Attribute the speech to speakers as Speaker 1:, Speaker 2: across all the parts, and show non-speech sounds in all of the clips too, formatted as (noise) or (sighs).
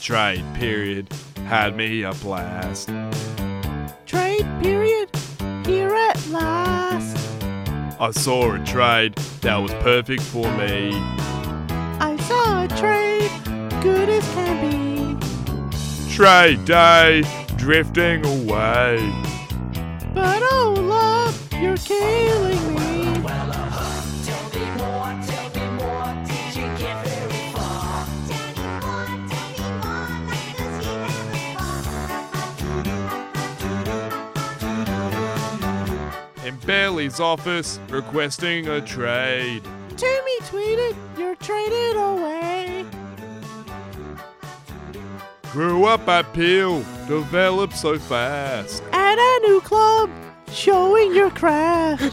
Speaker 1: Trade period had me a blast.
Speaker 2: Trade period here at last.
Speaker 1: I saw a trade that was perfect for me.
Speaker 2: I saw a trade good as can be,
Speaker 1: Trade day, drifting away.
Speaker 2: but oh love, you're killing me.
Speaker 1: In Bailey's office, requesting a trade.
Speaker 2: Toomey tweeted, you're traded away.
Speaker 1: Grew up at Peel, developed so fast.
Speaker 2: At a new club, showing your craft.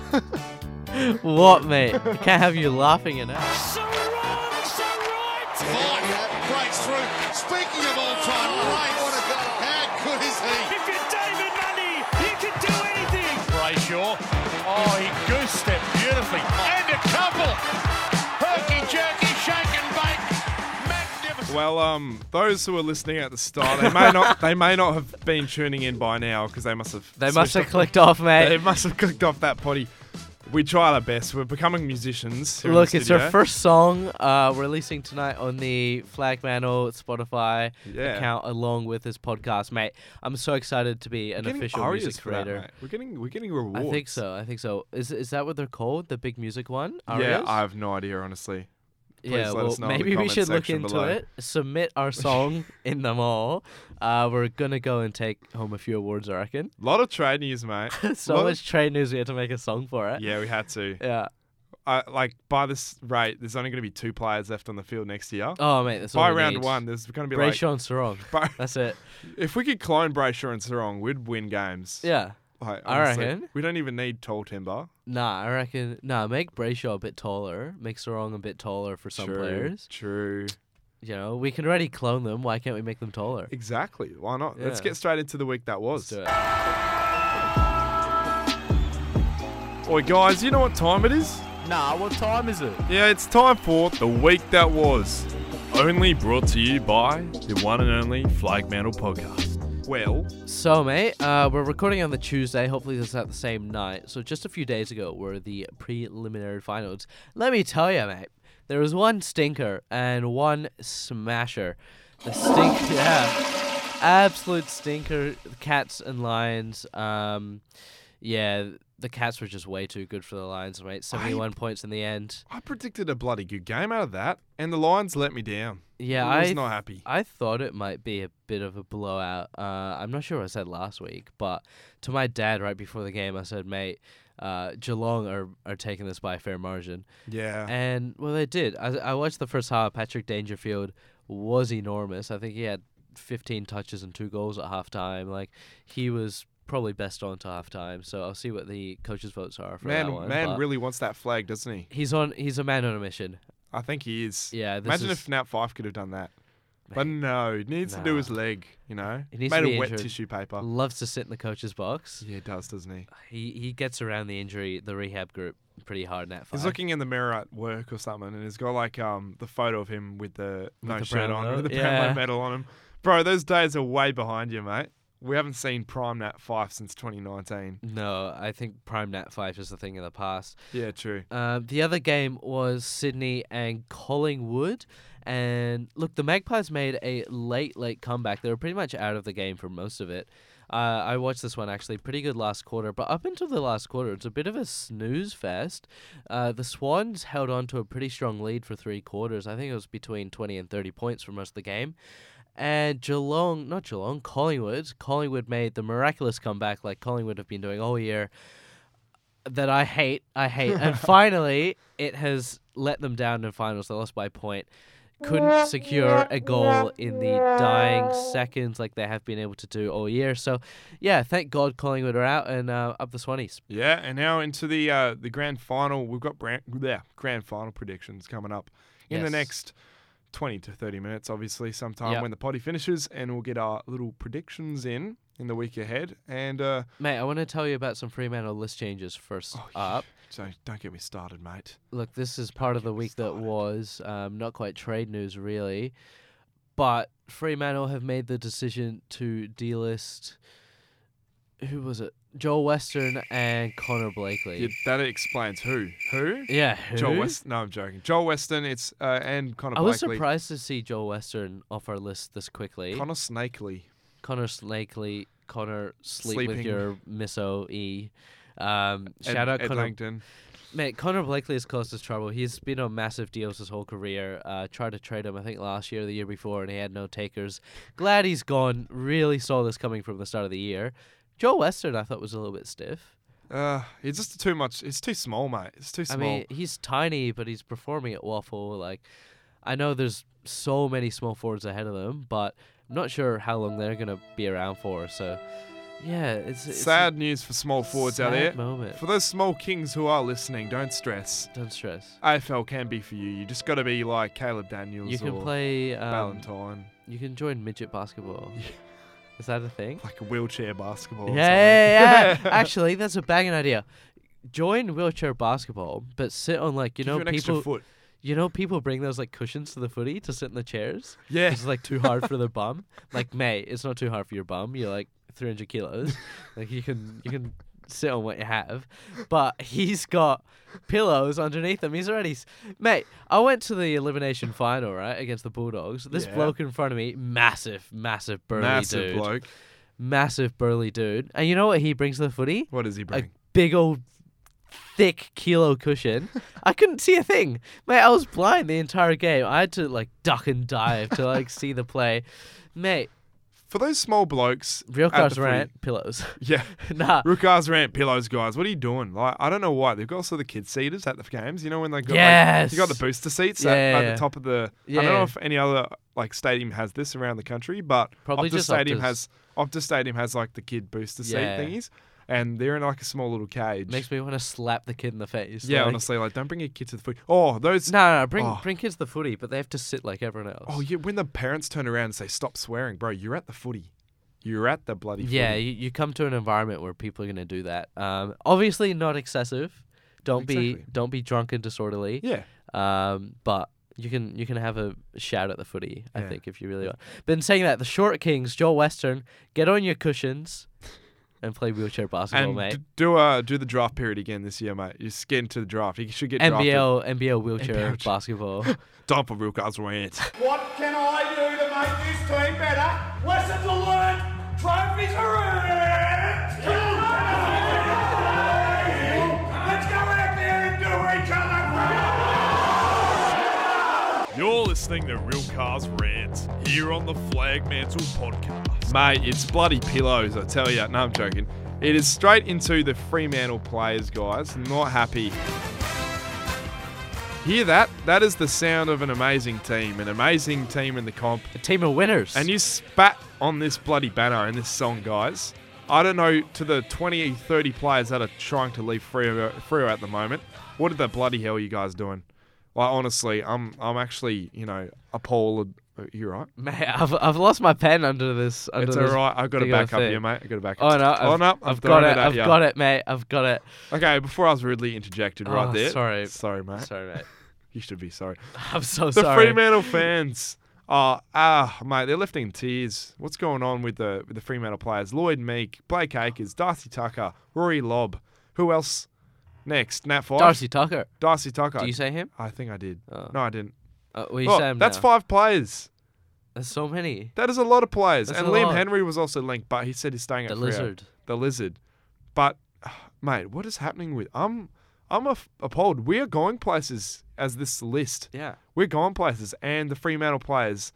Speaker 3: What, mate? I can't have you laughing at us.
Speaker 4: Vinehap breaks through. Speaking of all-time greats, how good is he?
Speaker 5: If you're David Mundy, you can do anything. Brayshaw. Oh, he goose stepped beautifully. And a couple. Herky jerky, shake and bake. Magnificent.
Speaker 1: Well, um, those who are listening at the start, they may not, they may not have been tuning in by now because they must have.
Speaker 3: They must have
Speaker 1: switched
Speaker 3: clicked off,
Speaker 1: off- They
Speaker 3: mate.
Speaker 1: must have clicked off that potty. We tried our best. We're becoming musicians. here in
Speaker 3: Look,
Speaker 1: the
Speaker 3: it's our
Speaker 1: studio.
Speaker 3: first song uh, releasing tonight on the Flag Manor Spotify
Speaker 1: Yeah.
Speaker 3: account, along with this podcast, mate. I'm so excited to be an
Speaker 1: We're getting
Speaker 3: official
Speaker 1: arias
Speaker 3: music
Speaker 1: for that,
Speaker 3: creator.
Speaker 1: mate. we're getting we're getting rewards.
Speaker 3: I think so. I think so. Is is that what they're called? The big music one?
Speaker 1: Yeah,
Speaker 3: Arias?
Speaker 1: I have no idea, honestly. please
Speaker 3: yeah.
Speaker 1: let
Speaker 3: well,
Speaker 1: us know in the
Speaker 3: maybe we
Speaker 1: comment
Speaker 3: should look
Speaker 1: section
Speaker 3: into
Speaker 1: below.
Speaker 3: it. Submit
Speaker 1: (laughs)
Speaker 3: our song in the mall. Uh, we're gonna go and take home a few awards, I reckon.
Speaker 1: A lot of trade news, mate.
Speaker 3: (laughs) so
Speaker 1: Lot of-
Speaker 3: much trade news. We had to make a song for
Speaker 1: (laughs)
Speaker 3: it.
Speaker 1: Yeah, we had to.
Speaker 3: Yeah.
Speaker 1: I, like by this rate, there's only going to be two players left on the field next year.
Speaker 3: Oh mate, that's all
Speaker 1: by
Speaker 3: we
Speaker 1: round
Speaker 3: need.
Speaker 1: one, there's going to be
Speaker 3: Brayshaw and Sarong.
Speaker 1: like. By, (laughs)
Speaker 3: That's it.
Speaker 1: if we could clone Brayshaw and Sarong, we'd win games.
Speaker 3: Yeah.
Speaker 1: Like,
Speaker 3: I
Speaker 1: honestly,
Speaker 3: reckon.
Speaker 1: We don't even need tall timber.
Speaker 3: Nah, I reckon. Nah, make Brayshaw a bit taller. Make Sarong a bit taller for some
Speaker 1: true,
Speaker 3: players.
Speaker 1: True.
Speaker 3: You know, we can already clone them. Why can't we make them taller?
Speaker 1: Exactly. Why not? Let's
Speaker 3: Yeah.
Speaker 1: get straight into the week that was.
Speaker 3: Let's do it.
Speaker 1: Oi, guys, you know what time it is?
Speaker 5: Nah, what time is it?
Speaker 1: Yeah, it's time for the week that was. Only brought to you by the one and only Flag Mantle Podcast. Well,
Speaker 3: So, mate, uh, we're recording on the Tuesday. Hopefully, this is at the same night. So, just a few days ago were the preliminary finals. Let me tell you, mate, there was one stinker and one smasher. The stink, (laughs) yeah, absolute stinker. Cats and lions. Um, yeah, the cats were just way too good for the lions, mate. Seventy-one points in the end.
Speaker 1: I predicted a bloody good game out of that, and the Lions let me down.
Speaker 3: Yeah,
Speaker 1: I was
Speaker 3: I
Speaker 1: not happy.
Speaker 3: I thought it might be a bit of a blowout. Uh, I'm not sure what I said last week, but to my dad right before the game, I said, "Mate, uh, Geelong are, are taking this by a fair margin,"
Speaker 1: Yeah.
Speaker 3: and well, they did. I, I watched the first half. Patrick Dangerfield was enormous. I think he had 15 touches and two goals at halftime. Like he was probably best on to halftime. So I'll see what the coaches' votes are for that
Speaker 1: man,
Speaker 3: one.
Speaker 1: man
Speaker 3: but
Speaker 1: really wants that flag, doesn't he?
Speaker 3: He's on. He's a man on a mission.
Speaker 1: I think he is.
Speaker 3: Yeah, this
Speaker 1: Imagine
Speaker 3: is-
Speaker 1: if Nat Fife could have done that. But no, he needs to do his leg, you know?
Speaker 3: He needs to
Speaker 1: Made
Speaker 3: be
Speaker 1: of wet
Speaker 3: injured.
Speaker 1: tissue paper.
Speaker 3: Loves to sit in the coaches' box.
Speaker 1: Yeah, he does, doesn't he?
Speaker 3: he he gets around the injury, the rehab group, pretty hard in that fight.
Speaker 1: He's looking in the mirror at work or something, and he's got like um the photo of him with the no
Speaker 3: the
Speaker 1: shirt on,
Speaker 3: Brownlow,
Speaker 1: with the
Speaker 3: yeah.
Speaker 1: Brownlow medal on him. Bro, those days are way behind you, mate. We haven't seen prime Nat Fife since 2019.
Speaker 3: no, I think Prime Nat Five is a thing of the past.
Speaker 1: Yeah, true.
Speaker 3: Um, the other game was Sydney and Collingwood, and look, the Magpies made a late, late comeback. They were pretty much out of the game for most of it. Uh, I watched this one actually, pretty good last quarter, but up until the last quarter, it's a bit of a snooze fest. Uh, the Swans held on to a pretty strong lead for three quarters. I think it was between 20 and 30 points for most of the game. And Geelong, not Geelong, Collingwood. Collingwood made the miraculous comeback like Collingwood have been doing all year that I hate. I hate. and finally, it has let them down in finals. They lost by a point. Couldn't secure a goal in the dying seconds like they have been able to do all year. So, yeah, thank God Collingwood are out and uh, up the Swannies.
Speaker 1: Yeah, and now into the uh, the grand final. We've got brand, yeah, grand final predictions coming up in the
Speaker 3: Yes.
Speaker 1: next 20 to 30 minutes, obviously, sometime
Speaker 3: Yep.
Speaker 1: when the potty finishes, and we'll get our little predictions in in the week ahead. And uh,
Speaker 3: Mate, I want to tell you about some Fremantle list changes first
Speaker 1: Oh,
Speaker 3: up.
Speaker 1: so don't get me started, mate.
Speaker 3: Look, this is part of the week that was um, not quite trade news, really, but Fremantle have made the decision to delist. Who was it? Joel Western and Connor Blakely.
Speaker 1: Yeah, that explains who. Who?
Speaker 3: yeah,
Speaker 1: Joel
Speaker 3: who?
Speaker 1: Weston. No, I'm joking. Joel Weston. It's uh, and Connor
Speaker 3: I
Speaker 1: Blakely.
Speaker 3: was surprised to see Joel Western off our list this quickly.
Speaker 1: Connor Snakely.
Speaker 3: Connor Snakely, Connor Sleep
Speaker 1: Sleeping.
Speaker 3: with Your Misso E. Um,
Speaker 1: Ed,
Speaker 3: shout out
Speaker 1: Ed
Speaker 3: Connor.
Speaker 1: Langdon.
Speaker 3: Mate, Connor Blakely has caused us trouble. He's been on massive deals his whole career. Uh, tried to trade him, I think, last year, or the year before, and he had no takers. Glad he's gone. Really saw this coming from the start of the year. Joe Western, I thought, was a little bit stiff.
Speaker 1: Uh, it's just too much. It's too small, mate. It's too small.
Speaker 3: I mean, he's tiny, but he's performing at Waffle. Like, I know there's so many small forwards ahead of them, but I'm not sure how long they're gonna be around for. So, yeah, it's, it's a
Speaker 1: sad news for small forwards out
Speaker 3: sad
Speaker 1: there.
Speaker 3: Moment.
Speaker 1: For those small kings who are listening, don't stress.
Speaker 3: Don't stress.
Speaker 1: AFL can be for you. You just got to be like Caleb Daniels
Speaker 3: You can
Speaker 1: or
Speaker 3: play. Um,
Speaker 1: Valentine,
Speaker 3: you can join
Speaker 1: (laughs)
Speaker 3: midget basketball. Is that a thing?
Speaker 1: like a wheelchair basketball.
Speaker 3: Yeah,
Speaker 1: or
Speaker 3: yeah,
Speaker 1: something. (laughs)
Speaker 3: yeah. Actually, that's a banging idea. Join wheelchair basketball, but sit on like you
Speaker 1: Give
Speaker 3: know
Speaker 1: you an extra
Speaker 3: people.
Speaker 1: foot.
Speaker 3: You know people bring those like cushions to the footy to sit in the chairs.
Speaker 1: Yeah.
Speaker 3: It's like too hard for
Speaker 1: (laughs)
Speaker 3: their bum. Like, mate, it's not too hard for your bum. You're like
Speaker 1: (laughs)
Speaker 3: 300 kilos. Like you can you can sit on what you have. But he's got pillows underneath him. He's already, s- mate. I went to the elimination final right against the Bulldogs. This
Speaker 1: Yeah.
Speaker 3: bloke in front of me, massive, massive burly
Speaker 1: Massive
Speaker 3: dude,
Speaker 1: bloke.
Speaker 3: massive burly dude. And you know what he brings to the footy?
Speaker 1: What does he bring?
Speaker 3: A big old. Thick kilo cushion. I couldn't see a thing, mate. I was blind the entire game. I had to like duck and dive to like see the play, mate.
Speaker 1: For those small blokes,
Speaker 3: Real
Speaker 1: at the
Speaker 3: cars
Speaker 1: footy-
Speaker 3: rant pillows.
Speaker 1: (laughs)
Speaker 3: (laughs)
Speaker 1: Yeah.
Speaker 3: nah.
Speaker 1: Rukars rant pillows, guys. What are you doing? Like, I don't know why they've got also the kid seaters at the games. You know when they got like,
Speaker 3: Yes.
Speaker 1: you got the booster seats at,
Speaker 3: Yeah,
Speaker 1: at
Speaker 3: yeah.
Speaker 1: the top of the. I don't
Speaker 3: Yeah.
Speaker 1: know if any other like stadium has this around the country, but
Speaker 3: Probably
Speaker 1: Optus
Speaker 3: just
Speaker 1: Stadium
Speaker 3: Optus.
Speaker 1: has Optus Stadium has like the kid booster seat
Speaker 3: Yeah.
Speaker 1: thingies, and they're in like a small little cage.
Speaker 3: Makes me want to slap the kid in the face.
Speaker 1: yeah,
Speaker 3: like-
Speaker 1: honestly, like don't bring your kid to the foot. Oh, those.
Speaker 3: No, no, no, bring
Speaker 1: Oh.
Speaker 3: bring kids to the footy, but they have to sit like everyone else.
Speaker 1: Oh, yeah. When the parents turn around and say, "Stop swearing, bro. You're at the footy. You're at the bloody
Speaker 3: yeah.
Speaker 1: footy."
Speaker 3: You, you come to an environment where people are gonna do that. Um, obviously not excessive. Don't be
Speaker 1: Exactly.
Speaker 3: don't be drunk and disorderly.
Speaker 1: Yeah.
Speaker 3: Um, but you can you can have a shout at the footy. I
Speaker 1: Yeah.
Speaker 3: think if you really want. But in saying that, the short kings, Joel Western, get on your cushions, and play wheelchair basketball,
Speaker 1: And
Speaker 3: mate.
Speaker 1: d- do uh do the draft period again this year, mate. You get into the draft. You should get drafted.
Speaker 3: NBL NBL wheelchair
Speaker 1: wheelchair. (laughs)
Speaker 3: basketball.
Speaker 1: Dump a real guys rant.
Speaker 6: What can I do to make this team better? Lessons are learned, trophies are earned. Let's go out there and do each other proud.
Speaker 1: (laughs) You're listening to Real Cars Rant here on the Flag Mantle Podcast. Mate, it's bloody pillows, I tell you. No, I'm joking. It is straight into the Fremantle players, guys. Not happy. Hear that? That is the sound of an amazing team, an amazing team in the comp.
Speaker 3: a team of winners.
Speaker 1: And you spat on this bloody banner in this song, guys. I don't know to the 20, 30 players that are trying to leave Freo, Freo at the moment. What the bloody hell are you guys doing? Like honestly, I'm I'm actually you know appalled. You're right.
Speaker 3: Mate, I've, I've lost my pen under this. Under
Speaker 1: It's
Speaker 3: this
Speaker 1: all right. I got it
Speaker 3: big old
Speaker 1: back up
Speaker 3: thing.
Speaker 1: here, mate. I got it back.
Speaker 3: Oh
Speaker 1: up.
Speaker 3: no! I've,
Speaker 1: oh no! I've,
Speaker 3: I've
Speaker 1: thrown
Speaker 3: got it.
Speaker 1: at
Speaker 3: I've
Speaker 1: ya.
Speaker 3: got it, mate. I've got it.
Speaker 1: Okay, before I was rudely interjected right
Speaker 3: Oh,
Speaker 1: there.
Speaker 3: sorry.
Speaker 1: sorry, mate.
Speaker 3: Sorry,
Speaker 1: (laughs)
Speaker 3: mate. (laughs)
Speaker 1: You should be sorry.
Speaker 3: I'm so
Speaker 1: The
Speaker 3: sorry.
Speaker 1: Fremantle fans are ah mate, they're left in tears. What's going on with the with the Fremantle players? Lloyd Meek, Blake Akers, Darcy Tucker, Rory Lobb. Who else? Next, Nat Five.
Speaker 3: Darcy Tucker.
Speaker 1: Darcy Tucker.
Speaker 3: Do you say him?
Speaker 1: I think I did.
Speaker 3: Oh.
Speaker 1: No, I didn't.
Speaker 3: Uh, well, you
Speaker 1: Oh,
Speaker 3: say him
Speaker 1: that's
Speaker 3: now.
Speaker 1: five players.
Speaker 3: There's so many.
Speaker 1: That is a lot of players.
Speaker 3: That's
Speaker 1: and
Speaker 3: a
Speaker 1: Liam
Speaker 3: lot.
Speaker 1: Henry was also linked, but he said he's staying at
Speaker 3: The
Speaker 1: Freo.
Speaker 3: lizard.
Speaker 1: The lizard. But (sighs) mate, what is happening with I'm I'm aff- appalled. We are going places as this list.
Speaker 3: Yeah.
Speaker 1: We're going places, and the Fremantle players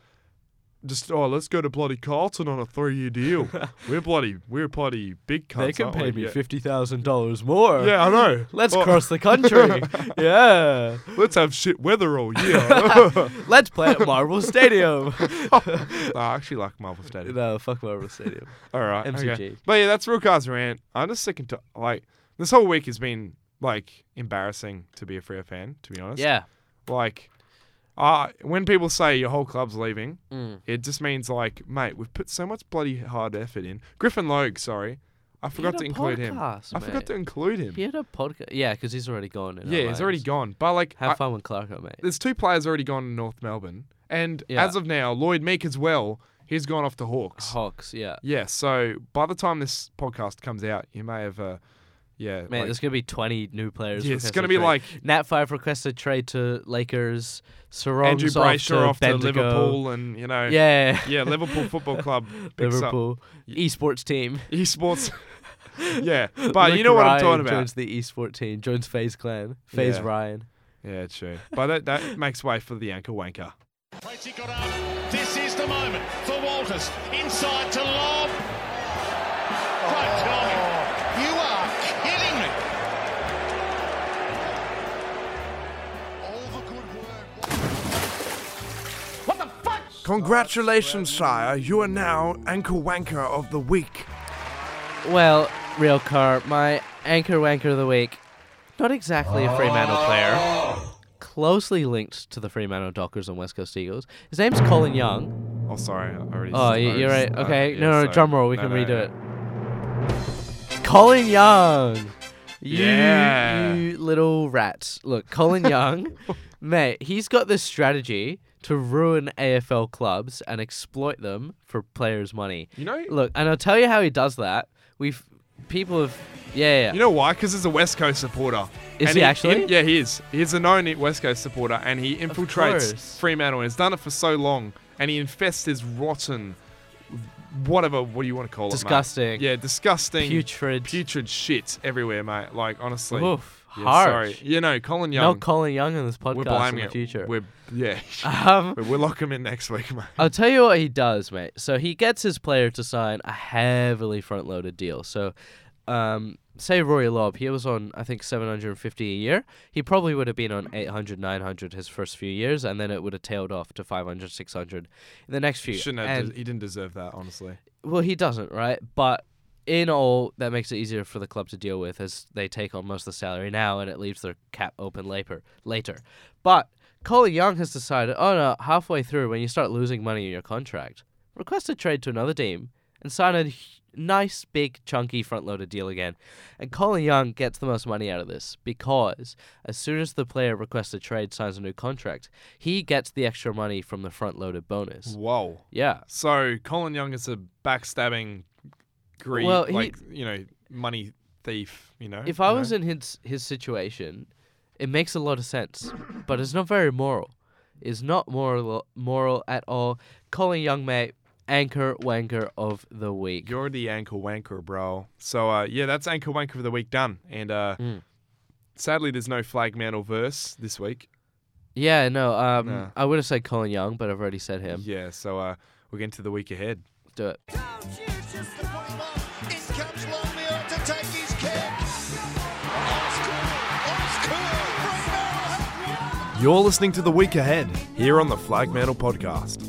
Speaker 1: just oh, let's go to bloody Carlton on a three-year
Speaker 3: (laughs)
Speaker 1: deal. we're bloody, we're bloody big cunts. aren't we? yeah.
Speaker 3: fifty thousand dollars more.
Speaker 1: Yeah, I know.
Speaker 3: (laughs) Let's
Speaker 1: Oh,
Speaker 3: cross the country. yeah.
Speaker 1: (laughs) Let's have shit weather
Speaker 3: (laughs)
Speaker 1: all year.
Speaker 3: Let's play at Marvel Stadium. (laughs)
Speaker 1: I actually like Marvel Stadium.
Speaker 3: no, fuck
Speaker 1: (laughs)
Speaker 3: Marvel Stadium.
Speaker 1: All right, Okay.
Speaker 3: MCG.
Speaker 1: But yeah, that's real cars rant. I'm just sick and t- like this whole week has been like embarrassing to be a Freo fan. To be honest,
Speaker 3: Yeah.
Speaker 1: Like, uh, when people say your whole club's leaving,
Speaker 3: Mm.
Speaker 1: it just means like, mate, we've put so much bloody hard effort in. Griffin Logue, sorry, I forgot
Speaker 3: had
Speaker 1: to
Speaker 3: a
Speaker 1: include him.
Speaker 3: podcast,
Speaker 1: I forgot
Speaker 3: mate.
Speaker 1: to include him.
Speaker 3: If you had a podcast, yeah, because he's already gone. in our
Speaker 1: yeah, he's already
Speaker 3: lives.
Speaker 1: gone. But like,
Speaker 3: Have
Speaker 1: I-
Speaker 3: fun with Clarko, mate.
Speaker 1: there's two players already gone in North Melbourne, And
Speaker 3: Yeah. Oh.
Speaker 1: as of now, Lloyd Meek as well, he's gone off to Hawks.
Speaker 3: Hawks, yeah.
Speaker 1: Yeah, so by the time this podcast comes out, you may have, uh, yeah,
Speaker 3: Man,
Speaker 1: like-
Speaker 3: there's gonna be 20 new players.
Speaker 1: Yeah, it's
Speaker 3: requested
Speaker 1: gonna be
Speaker 3: trade.
Speaker 1: like-
Speaker 3: Nat Five requested trade to Lakers. Sarong
Speaker 1: Andrew
Speaker 3: off to,
Speaker 1: Brayshaw off to
Speaker 3: Bendigo.
Speaker 1: Liverpool, and you know,
Speaker 3: Yeah, (laughs)
Speaker 1: yeah, Liverpool Football Club picks
Speaker 3: Liverpool esports team.
Speaker 1: up
Speaker 3: (laughs)
Speaker 1: esports. yeah, but you
Speaker 3: Luke
Speaker 1: know what I'm
Speaker 3: Ryan
Speaker 1: talking about.
Speaker 3: Joins the esports team. Joins FaZe Clan. FaZe
Speaker 1: Yeah.
Speaker 3: Ryan.
Speaker 1: Yeah, true. But that, that makes way for the ankle wanker.
Speaker 5: Tracy got up. This is the moment for Walters. Inside to Lob. Great
Speaker 4: Oh.
Speaker 5: timing.
Speaker 4: You are kidding me. All the good work.
Speaker 7: Congratulations, sire. You are now ankle wanker of the week.
Speaker 3: Well, real car, my anchor wanker of the week. Not exactly a Fremantle player. Closely linked to the Fremantle Dockers and West Coast Eagles. His name's Colin Young.
Speaker 1: Oh, sorry, I already.
Speaker 3: Oh,
Speaker 1: I
Speaker 3: y- you're
Speaker 1: already-
Speaker 3: right.
Speaker 1: uh,
Speaker 3: Okay,
Speaker 1: yeah,
Speaker 3: no, no,
Speaker 1: sorry.
Speaker 3: drum roll. We
Speaker 1: No,
Speaker 3: can
Speaker 1: no,
Speaker 3: redo
Speaker 1: yeah.
Speaker 3: it. Colin Young. You,
Speaker 1: Yeah.
Speaker 3: you little rat. Look,
Speaker 1: (laughs)
Speaker 3: Colin Young, mate, he's got this strategy to ruin AFL clubs and exploit them for players' money.
Speaker 1: You know-
Speaker 3: Look, and I'll tell you how he does that. We've people have, yeah, yeah.
Speaker 1: You know why? Because he's a West Coast supporter.
Speaker 3: Is
Speaker 1: And
Speaker 3: he actually?
Speaker 1: yeah, he is. He's a known West Coast supporter, and he
Speaker 3: course.
Speaker 1: infiltrates Fremantle. And has done it for so long, and he infests his rotten, whatever. What do you want to call it? mate?
Speaker 3: Disgusting.
Speaker 1: Yeah, disgusting.
Speaker 3: Putrid.
Speaker 1: Putrid shit everywhere, mate. Like honestly.
Speaker 3: Oof,
Speaker 1: Yeah,
Speaker 3: harsh.
Speaker 1: Sorry. You know, Colin
Speaker 3: No
Speaker 1: Young.
Speaker 3: Colin Young in this
Speaker 1: we're
Speaker 3: podcast in
Speaker 1: blaming
Speaker 3: the
Speaker 1: it.
Speaker 3: future.
Speaker 1: We're yeah.
Speaker 3: (laughs)
Speaker 1: (laughs)
Speaker 3: Um,
Speaker 1: But we'll lock him in next week, mate.
Speaker 3: I'll tell you what he does, mate. So he gets his player to sign a heavily front-loaded deal. So, um, say Rory Lobb, he was on I think 750 a year. He probably would have been on 800, 900 his first few years, and then it would have tailed off to 500, 600 in the next few.
Speaker 1: He shouldn't have.
Speaker 3: and,
Speaker 1: de- he didn't deserve that, honestly.
Speaker 3: well, he doesn't, right? But in all, that makes it easier for the club to deal with as they take on most of the salary now, and it leaves their cap open later. Later, but Colin Young has decided, oh no, halfway through when you start losing money in your contract, request a trade to another team and sign a h- nice big chunky front-loaded deal again. And Colin Young gets the most money out of this because as soon as the player requests a trade, signs a new contract, he gets the extra money from the front-loaded bonus.
Speaker 1: Whoa.
Speaker 3: Yeah.
Speaker 1: So Colin Young is a backstabbing, greed,
Speaker 3: Well, he-
Speaker 1: like you know, money thief. You know,
Speaker 3: if I was in his his situation, it makes a lot of sense, but it's not very moral. It's not moral moral at all. Colin Young, mate, anchor wanker of the week.
Speaker 1: you're the ankle wanker, bro. So uh, yeah, that's ankle wanker for the week done. And uh, sadly, there's no flag man or verse this week.
Speaker 3: yeah, no, um,
Speaker 1: Nah.
Speaker 3: I would have said Colin Young, but I've already said him.
Speaker 1: Yeah. So uh, we're getting to the week ahead.
Speaker 3: Do it.
Speaker 4: The 21. In comes Lomier to take his kick. Ice cool. Ice cool. Fremantle have won.
Speaker 7: You're listening to The Week Ahead here on the Flag Mantle Podcast.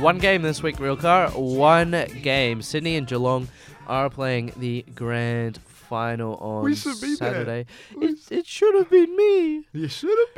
Speaker 3: One game this week, real car. One game. Sydney and Geelong are playing the grand final on
Speaker 1: We should be there.
Speaker 3: Saturday. It, it should have been me.
Speaker 1: You should have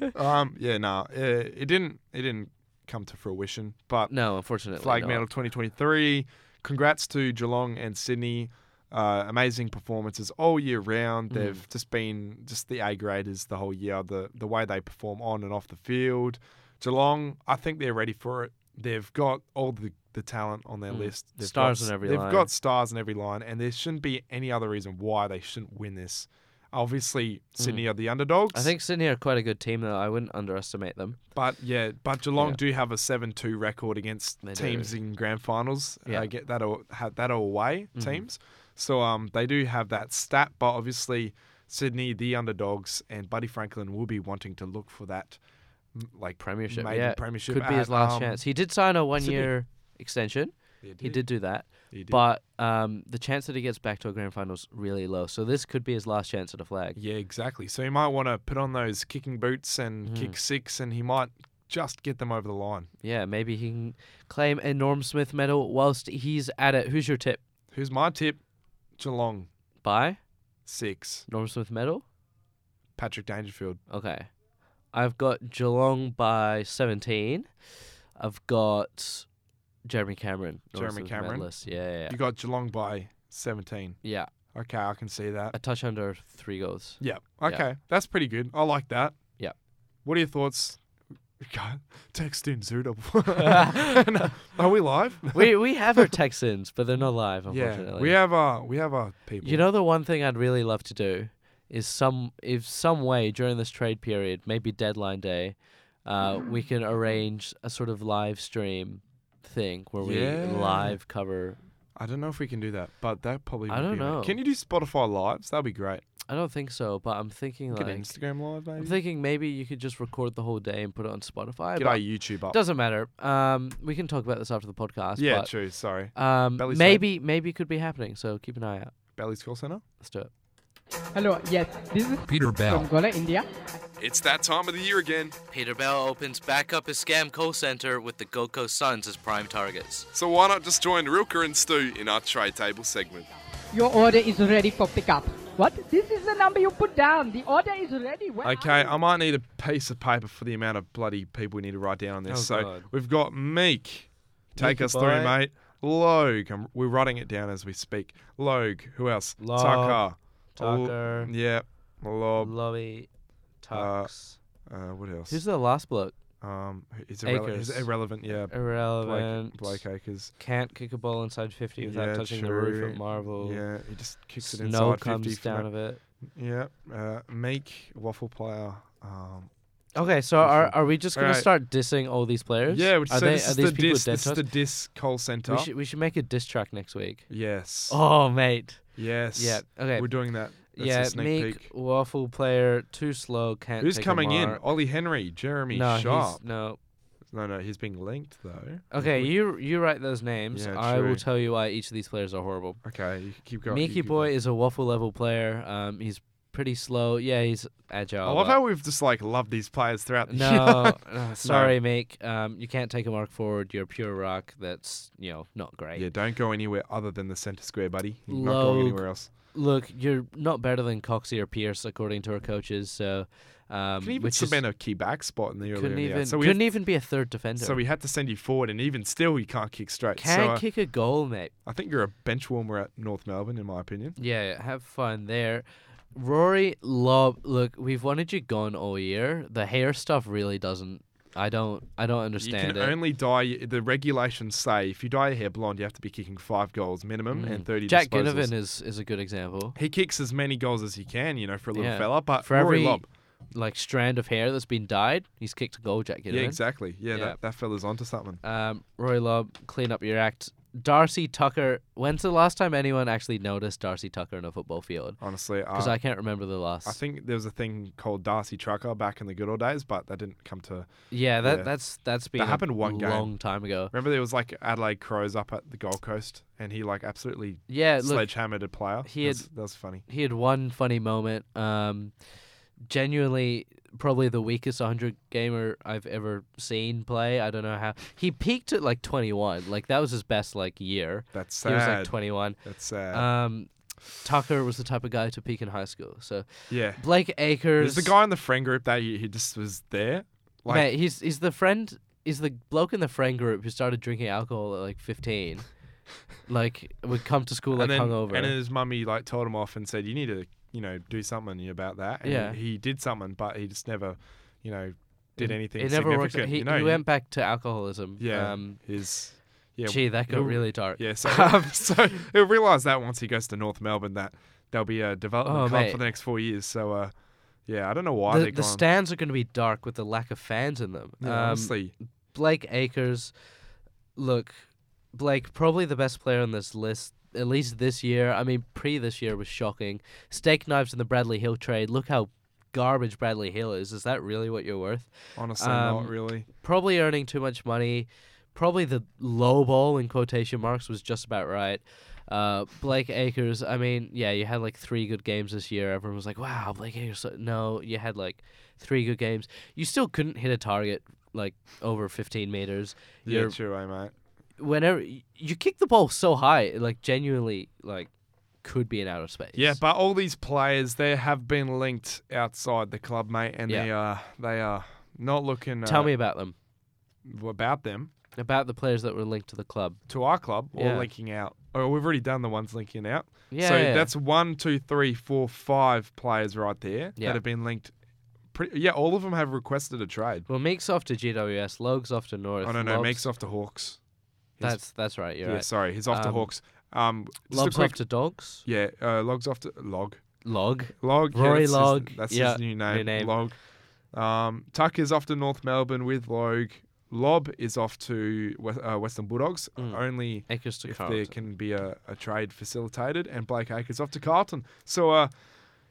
Speaker 1: beat me. um. Yeah. Nah. It, it didn't. It didn't come to fruition. But
Speaker 3: (laughs) No, unfortunately.
Speaker 1: Flag
Speaker 3: not.
Speaker 1: Medal 2023. Congrats to Geelong and Sydney. Uh, amazing performances all year round.
Speaker 3: Mm-hmm.
Speaker 1: They've just been just the A graders the whole year. The the way they perform on and off the field. Geelong, I think they're ready for it. They've got all the, the talent on their list. They've
Speaker 3: Mm. Stars
Speaker 1: got,
Speaker 3: on every
Speaker 1: They've
Speaker 3: line.
Speaker 1: got stars in every line, and there shouldn't be any other reason why they shouldn't win this. Obviously, Sydney are the underdogs.
Speaker 3: Mm. I think Sydney are quite a good team, though. I wouldn't underestimate them.
Speaker 1: But yeah, but Geelong
Speaker 3: Yeah.
Speaker 1: do have a seven-two record against
Speaker 3: They do.
Speaker 1: teams in grand finals.
Speaker 3: Yeah. Mm-hmm.
Speaker 1: Uh, get that all ha that all away teams. So um, they do have that stat, but obviously Sydney, the underdogs, and Buddy Franklin will be wanting to look for that m- like
Speaker 3: Premiership.
Speaker 1: maiden
Speaker 3: yeah,
Speaker 1: premiership
Speaker 3: could be
Speaker 1: at,
Speaker 3: his last
Speaker 1: um,
Speaker 3: chance. He did sign a
Speaker 1: Sydney.
Speaker 3: one-year extension.
Speaker 1: He did.
Speaker 3: He did do that,
Speaker 1: He did.
Speaker 3: but um, the chance that he gets back to a grand finals really low. So this could be his last chance at a flag.
Speaker 1: Yeah, exactly. So he might want to put on those kicking boots and
Speaker 3: Mm-hmm.
Speaker 1: kick six, and he might just get them over the line.
Speaker 3: Yeah, maybe he can claim a Norm Smith medal whilst he's at it. Who's your tip?
Speaker 1: Who's my tip? Geelong
Speaker 3: By
Speaker 1: six.
Speaker 3: Norm Smith medal.
Speaker 1: Patrick Dangerfield.
Speaker 3: Okay, I've got Geelong by seventeen. I've got Jeremy Cameron. Norm
Speaker 1: Jeremy
Speaker 3: Smith
Speaker 1: Cameron.
Speaker 3: medalist. Yeah, yeah, yeah.
Speaker 1: You got Geelong by seventeen.
Speaker 3: yeah.
Speaker 1: Okay, I can see that.
Speaker 3: A touch under three goals.
Speaker 1: Yeah. Okay. That's pretty good. I like that.
Speaker 3: Yeah.
Speaker 1: What are your thoughts? (laughs) God, text in
Speaker 3: (laughs)
Speaker 1: (laughs) Zuda. Are we live? (laughs)
Speaker 3: we we have our Texans, but they're not live, unfortunately.
Speaker 1: Yeah, we have uh, we have uh, people.
Speaker 3: You know the one thing I'd really love to do is some if some way during this trade period, maybe deadline day, uh, we can arrange a sort of live stream thing where we
Speaker 1: Yeah.
Speaker 3: live cover.
Speaker 1: I don't know if we can do that, but that probably.
Speaker 3: I
Speaker 1: would
Speaker 3: don't
Speaker 1: be amazing.
Speaker 3: know.
Speaker 1: Can you do Spotify lives? That'd be great.
Speaker 3: I don't think so, but I'm thinking
Speaker 1: Get
Speaker 3: like
Speaker 1: Instagram live,
Speaker 3: I'm
Speaker 1: maybe.
Speaker 3: thinking maybe you could just record the whole day and put it on Spotify.
Speaker 1: Get our
Speaker 3: But
Speaker 1: YouTube up.
Speaker 3: doesn't matter. Um, we can talk about this after the podcast.
Speaker 1: yeah,
Speaker 3: but,
Speaker 1: true. Sorry,
Speaker 3: Um,
Speaker 1: Belly slap.
Speaker 3: maybe maybe it could be happening. So keep an eye out.
Speaker 1: Bally's call center.
Speaker 3: Let's do it.
Speaker 8: Hello, yes, this is Peter Bell from Gola, India.
Speaker 1: It's that time of the year again.
Speaker 3: Peter Bell opens back up his scam call center with the Gold Coast Suns as prime targets.
Speaker 1: So why not just join Rilke and Stu in our tray table segment?
Speaker 8: Your order is ready for pickup. What? This is the number you put down. The order is ready. Where
Speaker 1: Okay, I might need a piece of paper for the amount of bloody people we need to write down on this.
Speaker 3: Oh,
Speaker 1: so
Speaker 3: God.
Speaker 1: we've got Meek. Take
Speaker 3: Meek
Speaker 1: us through,
Speaker 3: Abaya.
Speaker 1: mate. Logue. I'm, we're writing it down as we speak. Logue. Who else?
Speaker 3: Logue,
Speaker 1: Tucker. L-
Speaker 3: Tucker.
Speaker 1: yeah. Lob.
Speaker 3: Lobby Tux.
Speaker 1: Uh, what else?
Speaker 3: Who's the last bloke?
Speaker 1: um, it's irrelevant. It's
Speaker 3: Acres.
Speaker 1: irrelevant. Yeah.
Speaker 3: Irrelevant.
Speaker 1: Blake, Blake Acres.
Speaker 3: Can't kick a ball inside 50 without
Speaker 1: Yeah,
Speaker 3: touching the roof
Speaker 1: true.
Speaker 3: at Marvel.
Speaker 1: Yeah, he just kicks it
Speaker 3: Snow
Speaker 1: inside
Speaker 3: comes
Speaker 1: 50 from
Speaker 3: down
Speaker 1: that-
Speaker 3: of it.
Speaker 1: Yeah. Uh, Meek, waffle player. Um,
Speaker 3: Okay, so are,
Speaker 1: Listen.
Speaker 3: are we just going
Speaker 1: Alright.
Speaker 3: to start dissing all these players?
Speaker 1: yeah, which
Speaker 3: are
Speaker 1: so
Speaker 3: they,
Speaker 1: this
Speaker 3: are
Speaker 1: is
Speaker 3: these
Speaker 1: the
Speaker 3: people
Speaker 1: dis.
Speaker 3: dead
Speaker 1: This is
Speaker 3: to
Speaker 1: the
Speaker 3: us?
Speaker 1: dis call center.
Speaker 3: we, should, we should make a diss track next week.
Speaker 1: Yes.
Speaker 3: Oh, mate.
Speaker 1: Yes.
Speaker 3: Yeah, okay.
Speaker 1: We're doing that. That's a
Speaker 3: yeah,
Speaker 1: sneak
Speaker 3: Meek,
Speaker 1: peek.
Speaker 3: waffle player, too slow, can't
Speaker 1: Who's
Speaker 3: take
Speaker 1: coming
Speaker 3: a
Speaker 1: in?
Speaker 3: mark.
Speaker 1: Ollie Henry, Jeremy
Speaker 3: No, he's-
Speaker 1: Sharp.
Speaker 3: no,
Speaker 1: No, no, he's being linked though.
Speaker 3: Okay,
Speaker 1: We-
Speaker 3: you you write those names.
Speaker 1: Yeah,
Speaker 3: I
Speaker 1: true.
Speaker 3: will tell you why each of these players are horrible.
Speaker 1: Okay, you can keep going. you
Speaker 3: Miki
Speaker 1: keep
Speaker 3: Boy
Speaker 1: going.
Speaker 3: is a waffle level player. Um, he's pretty slow. Yeah, he's agile.
Speaker 1: I love
Speaker 3: but-
Speaker 1: how we've just like loved these players throughout the
Speaker 3: No,
Speaker 1: (laughs)
Speaker 3: no, sorry, Meek. Um, you can't take a mark forward. You're pure rock. That's you know not great.
Speaker 1: year. Yeah, don't go anywhere other than the centre square, buddy. You're not
Speaker 3: Logue.
Speaker 1: going anywhere else.
Speaker 3: Look, you're not better than Coxie or Pierce according to our coaches. So, um,
Speaker 1: Couldn't even
Speaker 3: which is,
Speaker 1: submit a key back spot in the early in
Speaker 3: couldn't
Speaker 1: the
Speaker 3: even
Speaker 1: out. So we,
Speaker 3: couldn't
Speaker 1: had,
Speaker 3: even be a third defender.
Speaker 1: so we had to send you forward, and even still, you can't kick straight.
Speaker 3: can't
Speaker 1: so uh,
Speaker 3: kick a goal, mate.
Speaker 1: I think you're a bench warmer at North Melbourne, in my opinion.
Speaker 3: Yeah, have fun there. Rory Lob, look, we've wanted you gone all year. The hair stuff really doesn't. I don't. I don't
Speaker 1: You
Speaker 3: understand
Speaker 1: can
Speaker 3: it.
Speaker 1: only dye. The regulations say if you dye your hair blonde, you have to be kicking five goals minimum and thirty.
Speaker 3: Mm. Jack
Speaker 1: disposals.
Speaker 3: Ginnivan is is a good example.
Speaker 1: he kicks as many goals as he can, you know, for a little
Speaker 3: Yeah.
Speaker 1: fella. But
Speaker 3: For
Speaker 1: Rory
Speaker 3: every
Speaker 1: Lobb,
Speaker 3: like strand of hair that's been dyed, he's kicked a goal. Jack Ginnivan.
Speaker 1: yeah, exactly. Yeah,
Speaker 3: Yeah.
Speaker 1: That, that fella's onto something.
Speaker 3: Um, Rory Lob, clean up your act. Darcy Tucker. When's the last time anyone actually noticed Darcy Tucker in a football field?
Speaker 1: Honestly, uh,
Speaker 3: Because I can't remember the last.
Speaker 1: I think there was a thing called Darcy Trucker back in the good old days, but that didn't come to.
Speaker 3: yeah, that
Speaker 1: yeah.
Speaker 3: that's that's been a
Speaker 1: happened one game.
Speaker 3: long time ago.
Speaker 1: Remember, there was like Adelaide Crows up at the Gold Coast, and he like absolutely
Speaker 3: Yeah, Uh, look,
Speaker 1: sledgehammered a player.
Speaker 3: he
Speaker 1: That's-
Speaker 3: had-
Speaker 1: that was funny.
Speaker 3: he had one funny moment. Um, genuinely, probably the weakest 100 gamer I've ever seen play. I don't know how he peaked at like 21. Like that was his best like year.
Speaker 1: That's
Speaker 3: He was
Speaker 1: sad.
Speaker 3: like 21.
Speaker 1: That's sad.
Speaker 3: Um, Tucker was the type of guy to peak in high school. So
Speaker 1: yeah,
Speaker 3: Blake Akers,
Speaker 1: there's the guy in the friend group that he, he just was there. Like,
Speaker 3: mate, he's he's the friend. He's the bloke in the friend group who started drinking alcohol at like 15. like would come to school like
Speaker 1: and then,
Speaker 3: hungover.
Speaker 1: And then his mummy like told him off and said, "You need to, you know, do something about that." And
Speaker 3: Yeah.
Speaker 1: He, he did something, but he just never, you know, did anything
Speaker 3: it never worked.
Speaker 1: significant.
Speaker 3: He,
Speaker 1: you know,
Speaker 3: he went back to alcoholism.
Speaker 1: Yeah.
Speaker 3: Um,
Speaker 1: his. Yeah.
Speaker 3: Gee, that got
Speaker 1: he'll-
Speaker 3: really dark.
Speaker 1: Yeah.
Speaker 3: (laughs)
Speaker 1: So, (laughs) um, so he'll realize that once he goes to North Melbourne, that there'll be a development
Speaker 3: Oh,
Speaker 1: club
Speaker 3: mate.
Speaker 1: for the next four years. So, uh, yeah, I don't know why
Speaker 3: the,
Speaker 1: they're
Speaker 3: the
Speaker 1: gone.
Speaker 3: stands are going to be dark with the lack of fans in them.
Speaker 1: Yeah,
Speaker 3: Um,
Speaker 1: honestly,
Speaker 3: Blake Akers, look, Blake probably the best player on this list. At least this year, I mean, pre this year was shocking. Steak knives in the Bradley Hill trade. Look how garbage Bradley Hill is. Is that really what you're worth?
Speaker 1: honestly,
Speaker 3: um,
Speaker 1: not really.
Speaker 3: Probably earning too much money. Probably the low ball in quotation marks was just about right. Uh, Blake Akers, I mean, yeah, you had like three good games this year. Everyone was like, wow, Blake Akers. so-" No, you had like three good games. You still couldn't hit a target like over 15 meters.
Speaker 1: Yeah,
Speaker 3: You're-
Speaker 1: true, eh, mate.
Speaker 3: whenever y- you kick the ball so high, it, like genuinely, like could be in outer space.
Speaker 1: Yeah, but all these players, they have been linked outside the club, mate, and
Speaker 3: Yeah.
Speaker 1: they are they are not looking. Uh,
Speaker 3: tell me about them,
Speaker 1: about them.
Speaker 3: about the players that were linked to the club.
Speaker 1: to our club or
Speaker 3: Yeah.
Speaker 1: linking out. Oh, we've already done the ones linking out.
Speaker 3: Yeah,
Speaker 1: so
Speaker 3: yeah.
Speaker 1: that's one, two, three, four, five players right there
Speaker 3: Yeah.
Speaker 1: that have been linked pretty, yeah, all of them have requested a trade.
Speaker 3: Well, Meek's off to GWS, Logs off to North.
Speaker 1: Oh no, no,
Speaker 3: Logs-
Speaker 1: Meek's off to Hawks. He's-
Speaker 3: That's that's right. You're
Speaker 1: yeah,
Speaker 3: right.
Speaker 1: sorry, he's off to
Speaker 3: Um,
Speaker 1: Hawks. Um, just a
Speaker 3: Logs
Speaker 1: quick-
Speaker 3: off to Dogs.
Speaker 1: yeah, uh, logs off to log.
Speaker 3: Log.
Speaker 1: Log. yeah,
Speaker 3: Rory
Speaker 1: that's his-
Speaker 3: Log,
Speaker 1: that's
Speaker 3: yeah,
Speaker 1: his new name.
Speaker 3: new name.
Speaker 1: Log. Um, Tuck is off to North Melbourne with Log. Lob is off to West, uh, Western Bulldogs. Only
Speaker 3: Akers Mm. to
Speaker 1: if
Speaker 3: Carlton.
Speaker 1: there can be a, a trade facilitated. And Blake Acres off to Carlton. So, uh,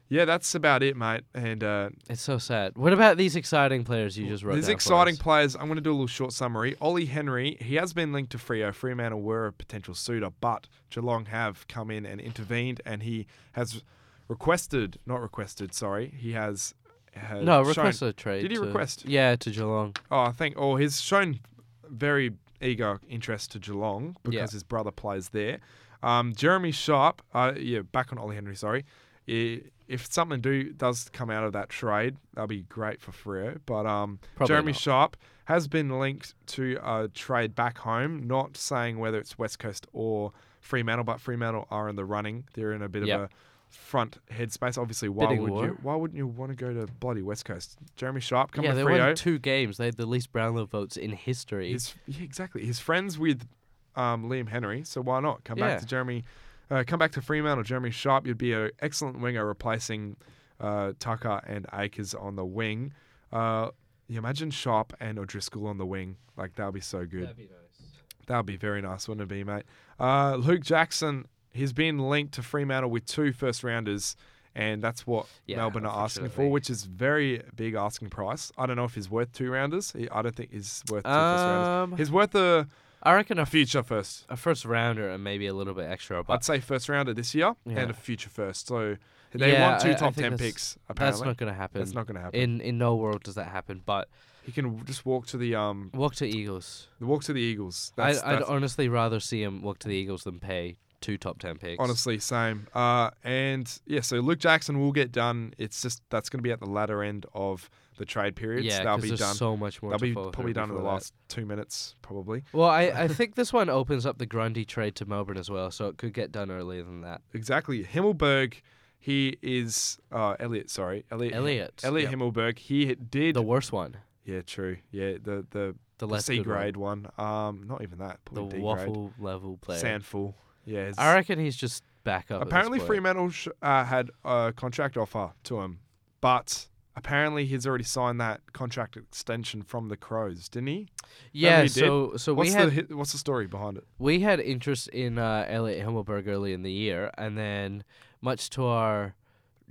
Speaker 1: yeah, that's about it, mate. And uh,
Speaker 3: It's so sad. What about these exciting players you just wrote?
Speaker 1: There's
Speaker 3: down for
Speaker 1: exciting
Speaker 3: us?
Speaker 1: players. I'm going to do a little short summary. Ollie Henry, he has been linked to Frio. Fremantle were a potential suitor, but Geelong have come in and intervened, and he has requested, not requested, sorry, he has. has
Speaker 3: No,
Speaker 1: shown-
Speaker 3: request a trade.
Speaker 1: Did he
Speaker 3: to-
Speaker 1: request?
Speaker 3: Yeah, to Geelong.
Speaker 1: Oh, I think. Oh, he's shown very eager interest to Geelong because
Speaker 3: Yeah.
Speaker 1: his brother plays there. Um, Jeremy Sharp, uh, yeah, back on Ollie Henry, sorry. I- If something do does come out of that trade, that'll be great for Freo. But um,
Speaker 3: Probably
Speaker 1: Jeremy
Speaker 3: not.
Speaker 1: Sharp has been linked to a trade back home. Not saying whether it's West Coast or Fremantle, but Fremantle are in the running. They're in a bit
Speaker 3: Yep.
Speaker 1: of a front headspace. Obviously, why
Speaker 3: Bidding
Speaker 1: would
Speaker 3: war.
Speaker 1: you? Why wouldn't you want to go to bloody West Coast? Jeremy Sharp, come
Speaker 3: yeah,
Speaker 1: to
Speaker 3: they
Speaker 1: Freo.
Speaker 3: won two games. They had the least Brownlow votes in history.
Speaker 1: His, yeah, exactly. He's friends with um, Liam Henry, so why not come
Speaker 3: Yeah.
Speaker 1: back to Jeremy? Uh, come back to Fremantle, Jeremy Sharp. You'd be an excellent winger replacing uh, Tucker and Akers on the wing. Uh, you imagine Sharp and O'Driscoll on the wing. Like that would be so good. That'd be nice. That would be very nice, wouldn't it be, mate? Uh, Luke Jackson. He's been linked to Fremantle with two first rounders, and that's what
Speaker 3: Yeah,
Speaker 1: Melbourne are asking for,
Speaker 3: unfortunately.
Speaker 1: which is very big asking price. I don't know if he's worth two rounders. He- I don't think he's worth two first rounders.
Speaker 3: Um,
Speaker 1: He's worth a
Speaker 3: I reckon a, f-
Speaker 1: future first.
Speaker 3: a first rounder and maybe a little bit extra, but
Speaker 1: I'd say first rounder this year
Speaker 3: Yeah.
Speaker 1: and a future first. So they
Speaker 3: Yeah,
Speaker 1: want two
Speaker 3: I- I
Speaker 1: top
Speaker 3: think
Speaker 1: ten
Speaker 3: that's-
Speaker 1: picks.
Speaker 3: that's
Speaker 1: Apparently,
Speaker 3: not going to happen.
Speaker 1: That's not gonna happen.
Speaker 3: In in no world does that happen. But
Speaker 1: he can w- just walk to the um
Speaker 3: walk to Eagles.
Speaker 1: walk to the Eagles.
Speaker 3: I,
Speaker 1: That's,
Speaker 3: I'd
Speaker 1: that's
Speaker 3: honestly rather see him walk to the Eagles than pay two top ten picks.
Speaker 1: honestly same. Uh, and yeah, so Luke Jackson will get done. It's just that's going to be at the latter end of the trade period.
Speaker 3: yeah,
Speaker 1: so they'll
Speaker 3: 'cause
Speaker 1: be
Speaker 3: there's
Speaker 1: done.
Speaker 3: so much more.
Speaker 1: they'll
Speaker 3: to
Speaker 1: be
Speaker 3: follow
Speaker 1: probably
Speaker 3: through
Speaker 1: done in the
Speaker 3: before that.
Speaker 1: last two minutes, probably.
Speaker 3: Well, I,
Speaker 1: (laughs)
Speaker 3: I think this one opens up the Grundy trade to Melbourne as well, so it could get done earlier than that.
Speaker 1: Exactly. Himmelberg, he is uh, Elliot. Sorry, Elliot.
Speaker 3: Elliot,
Speaker 1: Elliot
Speaker 3: yep.
Speaker 1: Himmelberg. He did.
Speaker 3: The worst one,
Speaker 1: yeah, true. Yeah, the the,
Speaker 3: The
Speaker 1: the
Speaker 3: less
Speaker 1: C
Speaker 3: good one.
Speaker 1: grade one. Um, not even that.
Speaker 3: the
Speaker 1: Probably D grade.
Speaker 3: waffle level player.
Speaker 1: Sandful. Yeah. it's-
Speaker 3: I reckon he's just back up. at this
Speaker 1: apparently,
Speaker 3: point.
Speaker 1: Fremantle sh- uh, had a contract offer to him, but apparently he's already signed that contract extension from the Crows, didn't he?
Speaker 3: Yeah.
Speaker 1: he did.
Speaker 3: So so
Speaker 1: What's
Speaker 3: we
Speaker 1: the
Speaker 3: had
Speaker 1: hi- what's the story behind it?
Speaker 3: we had interest in uh, Elliot Himmelberg early in the year, and then much to our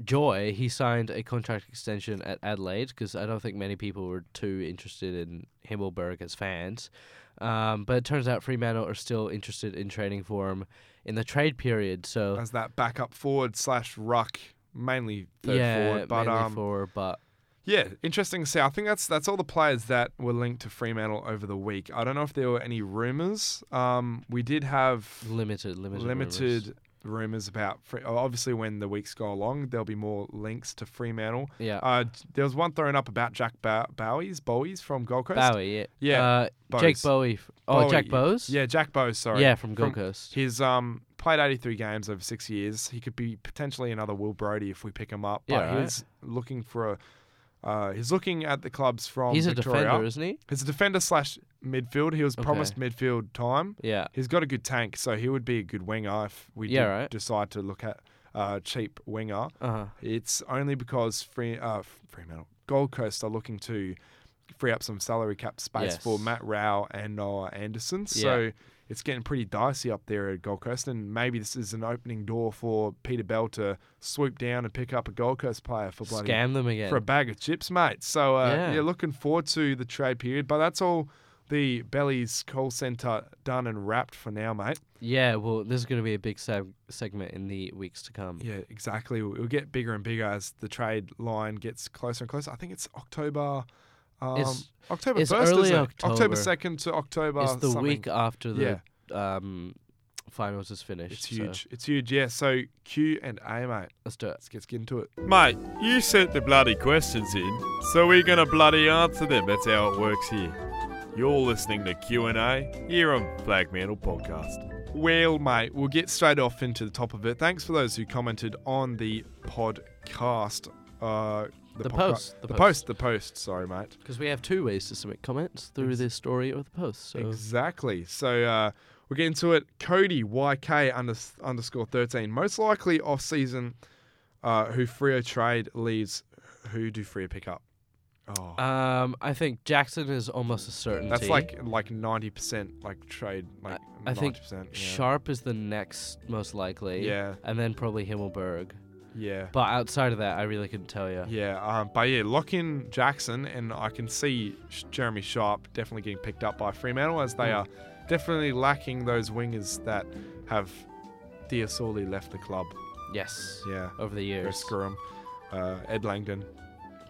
Speaker 3: joy, he signed a contract extension at Adelaide because I don't think many people were too interested in Himmelberg as fans. Um, but it turns out Fremantle are still interested in trading for him in the trade period. So
Speaker 1: As that backup forward slash ruck, mainly third forward, but
Speaker 3: mainly
Speaker 1: um,
Speaker 3: forward, but
Speaker 1: Yeah, interesting. to See, I think that's that's all the players that were linked to Fremantle over the week. I don't know if there were any rumours. Um, we did have
Speaker 3: limited, limited, rumours.
Speaker 1: limited rumours about. Fre- oh, obviously, when the weeks go along, there'll be more links to Fremantle.
Speaker 3: Yeah.
Speaker 1: Uh, there was one thrown up about Jack Bow- Bowie's Bowie's from Gold Coast.
Speaker 3: Bowie, yeah,
Speaker 1: Yeah,
Speaker 3: uh, Jake
Speaker 1: Bowes.
Speaker 3: Bowie, f- oh
Speaker 1: Bowie,
Speaker 3: Jack
Speaker 1: yeah.
Speaker 3: Bowes,
Speaker 1: Yeah, Jack Bowes. Sorry.
Speaker 3: Yeah, from Gold Coast.
Speaker 1: He's um played 83 games over six years. He could be potentially another Will Brody if we pick him up. But
Speaker 3: Yeah, right.
Speaker 1: he's looking for a. Uh, he's looking at the clubs from
Speaker 3: he's a
Speaker 1: Victoria.
Speaker 3: defender, isn't he?
Speaker 1: He's a defender slash midfield. He was promised midfield time.
Speaker 3: Yeah,
Speaker 1: He's got a good tank, so he would be a good winger if we
Speaker 3: Yeah,
Speaker 1: did
Speaker 3: right.
Speaker 1: decide to look at uh, cheap winger.
Speaker 3: Uh-huh.
Speaker 1: It's only because free uh, Fremantle Gold Coast are looking to free up some salary cap space
Speaker 3: Yes.
Speaker 1: for Matt Rao and Noah Anderson. So it's getting pretty dicey up there at Gold Coast, and maybe this is an opening door for Peter Bell to swoop down and pick up a Gold Coast player for bloody
Speaker 3: scam them again.
Speaker 1: for a bag of chips, mate. So uh,
Speaker 3: Yeah.
Speaker 1: yeah. looking forward to the trade period. But that's all the Bellies call centre done and wrapped for now, mate.
Speaker 3: Yeah, well, this is going to be a big seg- segment in the weeks to come.
Speaker 1: Yeah, exactly. It'll get bigger and bigger as the trade line gets closer and closer. I think it's October. Um,
Speaker 3: It's-
Speaker 1: October
Speaker 3: it's
Speaker 1: first,
Speaker 3: early
Speaker 1: isn't it?
Speaker 3: October.
Speaker 1: second to October.
Speaker 3: it's the
Speaker 1: something.
Speaker 3: week after the um, finals is finished.
Speaker 1: It's
Speaker 3: so
Speaker 1: huge. It's huge. Yeah. So Q and A, mate.
Speaker 3: let's do it.
Speaker 1: Let's get, let's get into it.
Speaker 9: Mate, you sent the bloody questions in, so we're gonna bloody answer them. That's how it works here. You're listening to Q and A here on Flag Mantle Podcast.
Speaker 1: Well, mate, we'll get straight off into the top of it. Thanks for those who commented on the podcast. Uh,
Speaker 3: The
Speaker 1: podca-
Speaker 3: post, the
Speaker 1: The post. The post. Sorry, mate.
Speaker 3: Because we have two ways to submit comments through this story or the post. So
Speaker 1: Exactly. So uh, we'll get into it. Cody YK under, underscore thirteen. Most likely off season. Uh, who Frio trade leaves? Who do Frio pick up? Oh,
Speaker 3: um, I think Jackson is almost a certainty.
Speaker 1: that's like like ninety percent like trade like
Speaker 3: I
Speaker 1: ninety
Speaker 3: think
Speaker 1: percent. Yeah.
Speaker 3: Sharp is the next most likely.
Speaker 1: Yeah.
Speaker 3: And then probably Himmelberg.
Speaker 1: yeah.
Speaker 3: But outside of that, I really couldn't tell you.
Speaker 1: Yeah, um, but yeah, lock in Jackson, and I can see Sh- Jeremy Sharp definitely getting picked up by Fremantle as
Speaker 3: Mm.
Speaker 1: they are definitely lacking those wingers that have Diasoli left the club.
Speaker 3: Yes.
Speaker 1: Yeah,
Speaker 3: Over the
Speaker 1: go
Speaker 3: years.
Speaker 1: screw 'em. Uh, Ed Langdon,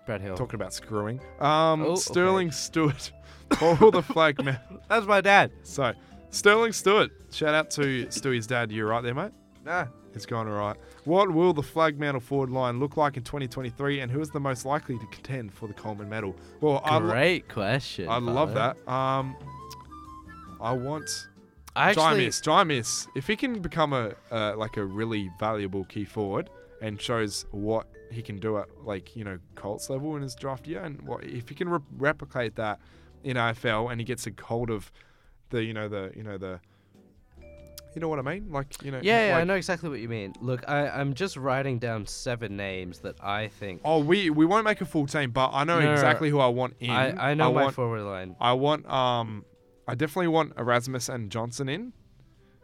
Speaker 3: Brad Hill.
Speaker 1: talking about screwing. Um,
Speaker 3: Oh,
Speaker 1: Sterling Stewart, (laughs) all the flag man.
Speaker 9: That's my dad.
Speaker 1: So, Sterling Stewart, shout out to Stewie's dad. You right there, mate? Nah. It's gone all right. What will the flag mantle forward line look like in 2023, and who is the most likely to contend for the Coleman medal? Well, I, lo-
Speaker 3: Great question.
Speaker 1: I love
Speaker 3: fella.
Speaker 1: that. Um, I want
Speaker 3: I actually,
Speaker 1: Jaimis. Jaimis, if he can become a uh, like a really valuable key forward and shows what he can do at like you know Colts level in his draft year, and what if he can re- replicate that in AFL and he gets a hold of the you know the you know the you know what I mean? Like (laughs) you know
Speaker 3: Yeah, yeah,
Speaker 1: like,
Speaker 3: I know exactly what you mean. Look, I, I'm just writing down seven names that I think.
Speaker 1: Oh, we we won't make a full team, but I know
Speaker 3: No, no, no.
Speaker 1: exactly who I want in.
Speaker 3: I, I know my
Speaker 1: want,
Speaker 3: forward line.
Speaker 1: I want um I definitely want Erasmus and Johnson in.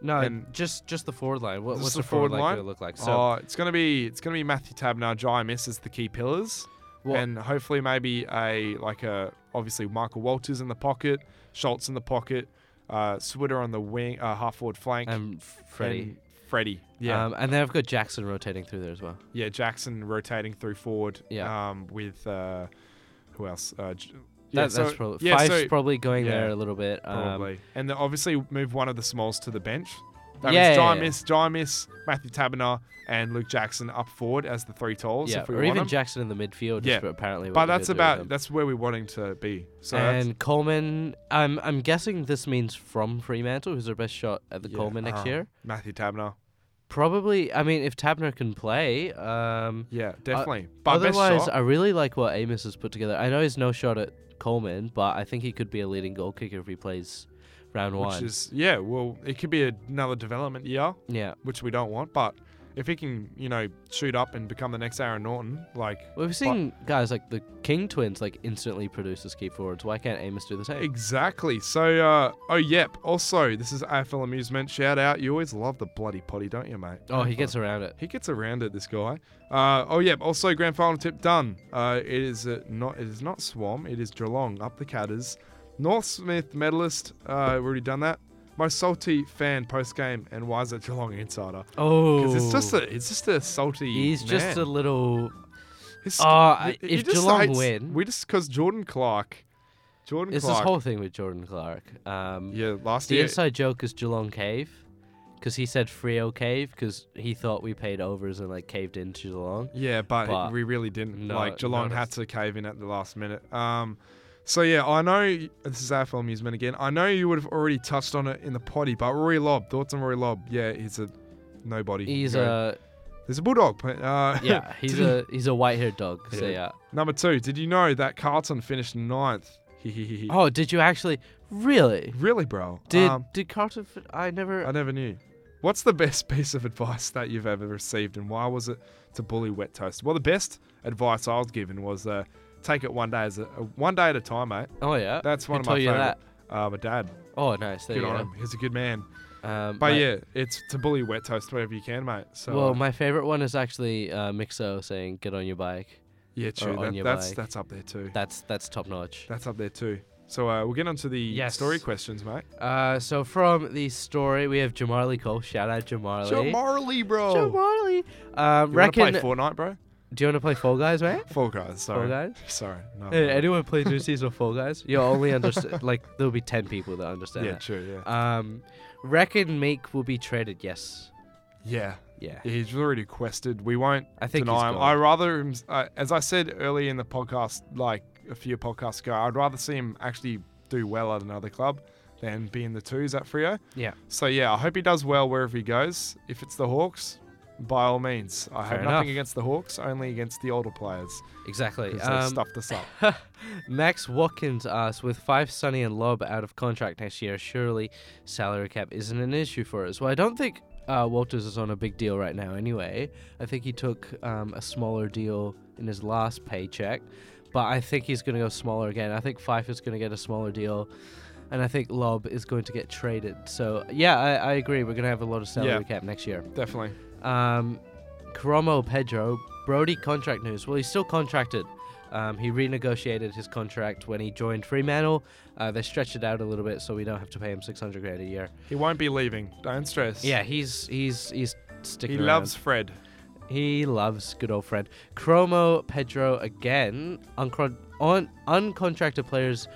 Speaker 3: No,
Speaker 1: and-
Speaker 3: just just the forward line. What,
Speaker 1: Just
Speaker 3: what's the forward, line going to look like? So,
Speaker 1: oh, it's gonna be it's gonna be Matthew Tabner, Jai Miss as the key pillars,
Speaker 3: Well-
Speaker 1: and hopefully maybe a like a obviously Michael Walters in the pocket, Schultz in the pocket, uh, Switter on the wing, uh, half forward flank,
Speaker 3: um, Freddie.
Speaker 1: and Freddie. Yeah,
Speaker 3: Um, and then I've got Jackson rotating through there as well.
Speaker 1: yeah, Jackson rotating through forward.
Speaker 3: Yeah.
Speaker 1: um, with uh, who else? Uh, J-
Speaker 3: That,
Speaker 1: yeah,
Speaker 3: that's
Speaker 1: so-
Speaker 3: probably
Speaker 1: yeah,
Speaker 3: Fife's
Speaker 1: so-
Speaker 3: probably going
Speaker 1: yeah,
Speaker 3: there a little bit. Um,
Speaker 1: Probably. and then obviously move one of the smalls to the bench. That
Speaker 3: Yeah,
Speaker 1: means Jai
Speaker 3: yeah, yeah.
Speaker 1: Miss, Jai Miss, Matthew Tabernar, and Luke Jackson up forward as the three talls.
Speaker 3: yeah,
Speaker 1: if we
Speaker 3: or
Speaker 1: want
Speaker 3: even
Speaker 1: 'em.
Speaker 3: Jackson in the midfield. Yeah,
Speaker 1: Yeah,
Speaker 3: apparently. what
Speaker 1: But
Speaker 3: we're gonna
Speaker 1: that's
Speaker 3: do with him.
Speaker 1: about that's where we're wanting to be. So that's,
Speaker 3: and Coleman, I'm I'm guessing this means from Fremantle, who's our best shot at the
Speaker 1: yeah,
Speaker 3: Coleman next
Speaker 1: uh,
Speaker 3: year.
Speaker 1: Matthew Tabner.
Speaker 3: Probably. I mean, if Tabner can play, um,
Speaker 1: Yeah, definitely. but best
Speaker 3: Otherwise,
Speaker 1: shot-
Speaker 3: I really like what Amos has put together. I know he's no shot at Coleman, but I think he could be a leading goal kicker if he plays round
Speaker 1: which
Speaker 3: one.
Speaker 1: is yeah. Well, it could be another development year,
Speaker 3: yeah.
Speaker 1: which we don't want. But if he can, you know, shoot up and become the next Aaron Norton, like
Speaker 3: Well, we've seen guys like the King twins like instantly produce as key forwards. Why can't Amos do the same?
Speaker 1: exactly. So, uh, oh yep. Also, this is AFL amusement. Shout out. You always love the bloody potty, don't you, mate?
Speaker 3: oh, he gets around it.
Speaker 1: He gets around it, this guy. Uh, oh yeah. Also, grand final tip done. Uh, it is uh, not. It is not Swam. It is Geelong up the Catters. North Smith medalist. Uh, we've already done that. Most salty fan post game, and why is it Geelong insider?
Speaker 3: Oh,
Speaker 1: Because it's just a. It's just a salty.
Speaker 3: he's just a
Speaker 1: man.
Speaker 3: little.
Speaker 1: He's-
Speaker 3: Ah,
Speaker 1: he-
Speaker 3: if
Speaker 1: he just
Speaker 3: Geelong
Speaker 1: hates-
Speaker 3: win-
Speaker 1: we just because Jordan Clark. Jordan
Speaker 3: It's this
Speaker 1: Clark.
Speaker 3: whole thing with Jordan Clark. Um,
Speaker 1: yeah, last
Speaker 3: the
Speaker 1: year.
Speaker 3: inside joke is Geelong Cave, because he said Frio Cave because he thought we paid overs and like caved into Geelong.
Speaker 1: Yeah, but,
Speaker 3: But
Speaker 1: we really didn't.
Speaker 3: no-
Speaker 1: like Geelong had
Speaker 3: noticed.
Speaker 1: to cave in at the last minute. Um, so yeah, I know y- this is AFL amusement again. I know you would have already touched on it in the potty, but Rory Lobb, thoughts on Rory Lobb? Yeah, he's a nobody.
Speaker 3: He's uh,
Speaker 1: Go.
Speaker 3: a
Speaker 1: he's a bulldog. but, Uh,
Speaker 3: (laughs)
Speaker 1: (laughs)
Speaker 3: yeah, he's
Speaker 1: did-
Speaker 3: a he's a white haired dog. So yeah.
Speaker 1: number two. Did you know that Carlton finished ninth? (laughs)
Speaker 3: Oh, did you actually? Really?
Speaker 1: really, bro?
Speaker 3: Did
Speaker 1: Um,
Speaker 3: did Carlton? Fin- I never.
Speaker 1: I never knew. What's the best (laughs) piece of advice that you've ever received, and why was it to bully wet toast? Well, the best advice I was given was uh, take it one day as a, a- one day at a time, mate.
Speaker 3: oh yeah.
Speaker 1: That's
Speaker 3: Who
Speaker 1: one of my
Speaker 3: told you
Speaker 1: favorite.
Speaker 3: that?
Speaker 1: Uh, my dad.
Speaker 3: Oh nice. There
Speaker 1: Good
Speaker 3: you
Speaker 1: on him.
Speaker 3: go.
Speaker 1: He's a good man.
Speaker 3: Um,
Speaker 1: But
Speaker 3: my-
Speaker 1: yeah, it's to bully wet toast wherever you can, mate. So
Speaker 3: Well,
Speaker 1: uh,
Speaker 3: my favorite one is actually uh, Mixo saying "Get on your bike."
Speaker 1: yeah, true.
Speaker 3: on
Speaker 1: That,
Speaker 3: your
Speaker 1: that's
Speaker 3: bike.
Speaker 1: that's up there too.
Speaker 3: That's that's top notch.
Speaker 1: that's up there too. So uh, we'll get on to the
Speaker 3: Yes.
Speaker 1: story questions, mate.
Speaker 3: Uh, so from the story, we have Jamarly Cole. Shout out Jamarly.
Speaker 1: Marley, bro.
Speaker 3: Jamarly. Um,
Speaker 1: You
Speaker 3: reckon.
Speaker 1: wanna play Fortnite, bro?
Speaker 3: do you want to play Fall
Speaker 1: (laughs)
Speaker 3: Guys, mate?
Speaker 1: Fall Guys. Sorry.
Speaker 3: Guys?
Speaker 1: Sorry. No.
Speaker 3: Hey,
Speaker 1: no.
Speaker 3: anyone plays new season of Fall Guys? You'll only understand. (laughs) like there'll be ten people that understand.
Speaker 1: yeah,
Speaker 3: that.
Speaker 1: true. Yeah.
Speaker 3: Um, reckon Meek will be traded. Yes.
Speaker 1: yeah.
Speaker 3: Yeah.
Speaker 1: He's already requested. We won't
Speaker 3: I think he's
Speaker 1: deny him.
Speaker 3: gone.
Speaker 1: I rather, him, uh, as I said earlier in the podcast, like a few podcasts ago, I'd rather see him actually do well at another club than be in the twos at Frio.
Speaker 3: Yeah.
Speaker 1: So yeah, I hope he does well wherever he goes. If it's the Hawks, by all means. I have
Speaker 3: Fair
Speaker 1: nothing
Speaker 3: enough.
Speaker 1: against the Hawks, only against the older players
Speaker 3: Exactly.
Speaker 1: because they
Speaker 3: Um,
Speaker 1: stuffed us up.
Speaker 3: (laughs) Max Watkins asks, with five Sonny and Lob out of contract next year, surely salary cap isn't an issue for us. Well, I don't think uh, Walters is on a big deal right now anyway. I think he took um, a smaller deal in his last paycheck, but I think he's going to go smaller again. I think Fife is going to get a smaller deal, and I think Lob is going to get traded. So, yeah, I, I agree. We're going to have a lot of salary
Speaker 1: Yeah.
Speaker 3: cap next year.
Speaker 1: Definitely.
Speaker 3: Um, Caromo Pedro, Brody contract news. Well, he's still contracted. Um, he renegotiated his contract when he joined Fremantle. Uh, they stretched it out a little bit so we don't have to pay him 600 grand a year.
Speaker 1: He won't be leaving. Don't stress.
Speaker 3: Yeah, he's he's he's
Speaker 1: He
Speaker 3: sticking. around.
Speaker 1: loves Fred.
Speaker 3: he loves good old Fred. Chromo Pedro again uncon- on uncontracted players.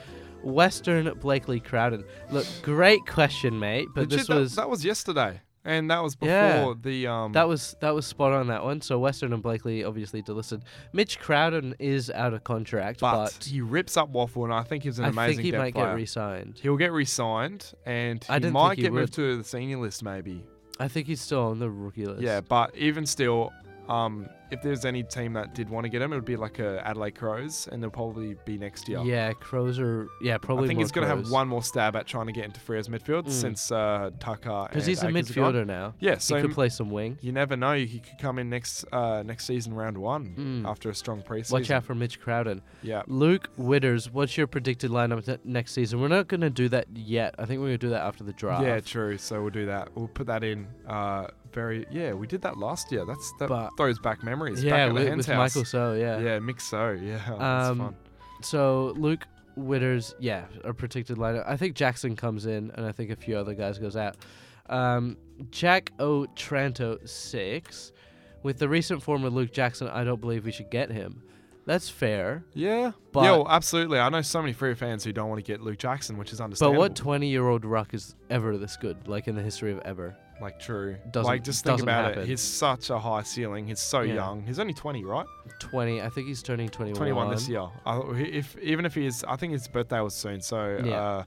Speaker 3: Western Blakely Crowden. Look, great question, mate. But
Speaker 1: Legit,
Speaker 3: this
Speaker 1: that,
Speaker 3: was
Speaker 1: that was yesterday, and that was before
Speaker 3: Yeah.
Speaker 1: the um.
Speaker 3: That was that was spot on that one. So Western and Blakely obviously delisted. Mitch Crowden is out of contract,
Speaker 1: but,
Speaker 3: but,
Speaker 1: he rips up Waffle, and I think he's an
Speaker 3: I
Speaker 1: amazing
Speaker 3: think he
Speaker 1: depth
Speaker 3: might
Speaker 1: player.
Speaker 3: get re-signed.
Speaker 1: He'll get re-signed, and
Speaker 3: I
Speaker 1: he
Speaker 3: didn't
Speaker 1: might
Speaker 3: think he
Speaker 1: get
Speaker 3: would.
Speaker 1: moved to the senior list, maybe.
Speaker 3: I think he's still on the rookie list.
Speaker 1: Yeah, but even still, um, if there's any team that did want to get him, it would be like a Adelaide Crows, and they'll probably be next year.
Speaker 3: Yeah, Crows are yeah probably.
Speaker 1: I think
Speaker 3: more
Speaker 1: he's going to have
Speaker 3: Crows. Mm.
Speaker 1: one more stab at trying to get into Freo's midfield since uh, Tucker.
Speaker 3: because
Speaker 1: and
Speaker 3: he's a
Speaker 1: Akers are gone.
Speaker 3: midfielder now.
Speaker 1: Yeah,
Speaker 3: he
Speaker 1: so
Speaker 3: could play some wing.
Speaker 1: You never know. He could come in next uh, next season, round one, after a strong preseason.
Speaker 3: Mm. Watch out for Mitch Crowden.
Speaker 1: Yeah.
Speaker 3: Luke Witters, what's your predicted lineup ne- next season? We're not going to do that yet. I think we're going to do that after the draft.
Speaker 1: Yeah, true. So we'll do that. We'll put that in. Uh, very. Yeah, we did that last year. That's that
Speaker 3: But-
Speaker 1: throws back memories.
Speaker 3: yeah,
Speaker 1: back at the
Speaker 3: with,
Speaker 1: Hens
Speaker 3: with
Speaker 1: house.
Speaker 3: Michael. So
Speaker 1: Yeah, mix so. Yeah, (laughs) that's
Speaker 3: Um,
Speaker 1: fun.
Speaker 3: So Luke Witters, yeah, a predicted lineup. I think Jackson comes in, and I think a few other guys goes out. Um, Jack O'Tranto six. With the recent form of Luke Jackson, I don't believe we should get him. That's fair.
Speaker 1: Yeah,
Speaker 3: but-
Speaker 1: yeah, well, absolutely. I know so many Freo fans who don't want to get Luke Jackson, which is
Speaker 3: But
Speaker 1: understandable.
Speaker 3: what twenty-year-old ruck is ever this good? Like in the history of ever.
Speaker 1: like true.
Speaker 3: doesn't-
Speaker 1: like just think
Speaker 3: doesn't
Speaker 1: about it.
Speaker 3: happen.
Speaker 1: He's such a high ceiling. He's so
Speaker 3: Yeah.
Speaker 1: young. He's only twenty, right?
Speaker 3: Twenty. I think he's turning twenty-one.
Speaker 1: Twenty-one this year. I, if even if he is, I think his birthday was soon. So
Speaker 3: Yeah.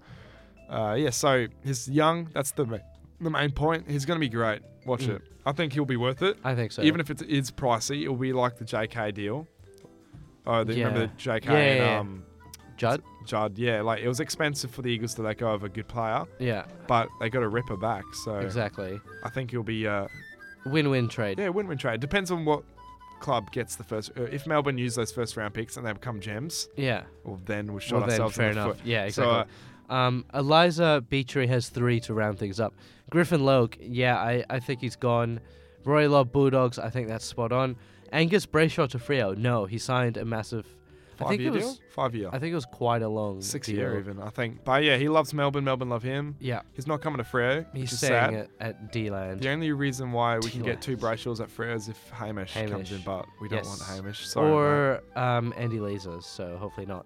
Speaker 1: Uh, uh, yeah. So he's young. That's the ma- the main point. He's gonna be great. Watch it. I think he'll be worth it.
Speaker 3: I think Mm. so.
Speaker 1: Even if it is pricey, it'll be like the JK deal. Oh, the, remember
Speaker 3: Yeah.
Speaker 1: the JK
Speaker 3: Yeah,
Speaker 1: and
Speaker 3: yeah, yeah.
Speaker 1: um,
Speaker 3: Judd.
Speaker 1: Judd? Yeah, like it was expensive for the Eagles to let go of a good player,
Speaker 3: Yeah.
Speaker 1: but they got a ripper back. So
Speaker 3: Exactly.
Speaker 1: I think he'll be uh,
Speaker 3: Win-win trade.
Speaker 1: yeah, win-win trade. Depends on what club gets the first. Uh, if Melbourne use those first round picks and they become gems,
Speaker 3: yeah.
Speaker 1: well then we shot
Speaker 3: well, then,
Speaker 1: ourselves
Speaker 3: fair
Speaker 1: in the
Speaker 3: enough.
Speaker 1: foot.
Speaker 3: Yeah,
Speaker 1: So,
Speaker 3: exactly.
Speaker 1: uh,
Speaker 3: um, Eliza Beechery has three to round things up. Griffin Loke, yeah, I, I think he's gone. Roy Lobb Bulldogs, I think that's spot on. Angus Brayshaw to Frio, no, he signed a massive. I
Speaker 1: five
Speaker 3: think
Speaker 1: year
Speaker 3: it was.
Speaker 1: deal, five year,
Speaker 3: I think it was quite a long.
Speaker 1: six
Speaker 3: deal.
Speaker 1: year even. I think. But yeah, he loves Melbourne. Melbourne love him.
Speaker 3: Yeah,
Speaker 1: He's not coming to Freo. which
Speaker 3: he's
Speaker 1: is
Speaker 3: staying
Speaker 1: sad.
Speaker 3: at, at D Land.
Speaker 1: The only reason why we can get
Speaker 3: T-Lex.
Speaker 1: two Brayshaws at Freo is if Hamish, comes
Speaker 3: Hamish.
Speaker 1: in, but we don't want
Speaker 3: Yes.
Speaker 1: Hamish. Sorry, mate.
Speaker 3: Or um, Andy Lasers, so hopefully not.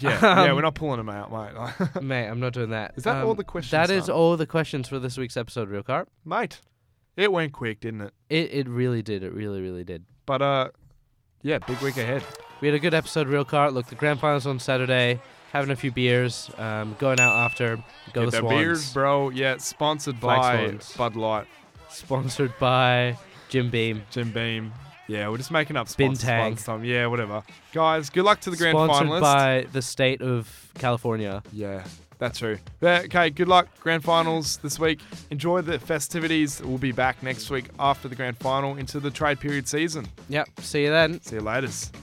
Speaker 1: yeah,
Speaker 3: (laughs)
Speaker 1: yeah,
Speaker 3: um,
Speaker 1: we're not pulling him out, mate. (laughs)
Speaker 3: Mate, I'm not doing that. Um,
Speaker 1: Is that all the questions,
Speaker 3: That is
Speaker 1: son?
Speaker 3: all the questions for this week's episode, Real Car.
Speaker 1: mate, it went quick, didn't it?
Speaker 3: It, it really did. It really, really did.
Speaker 1: But uh, yeah, big week ahead.
Speaker 3: We had a good episode, real car. Look, the grand finals on Saturday, having a few beers, um, going out after.
Speaker 1: Get
Speaker 3: Go the
Speaker 1: the
Speaker 3: Swans.
Speaker 1: beers, bro. Yeah, sponsored
Speaker 3: Black
Speaker 1: by
Speaker 3: Swans.
Speaker 1: Bud Light,
Speaker 3: Sponsored by Jim Beam.
Speaker 1: Jim Beam. Yeah, we're just making up
Speaker 3: Bin
Speaker 1: sponsors
Speaker 3: Tang.
Speaker 1: once time. Yeah, whatever. Guys, good luck to the grand
Speaker 3: sponsored
Speaker 1: finalists.
Speaker 3: by the state of California.
Speaker 1: Yeah, that's true. Yeah, okay, good luck. Grand finals this week. Enjoy the festivities. We'll be back next week after the grand final into the trade period season.
Speaker 3: Yep. See you then.
Speaker 1: See you laters.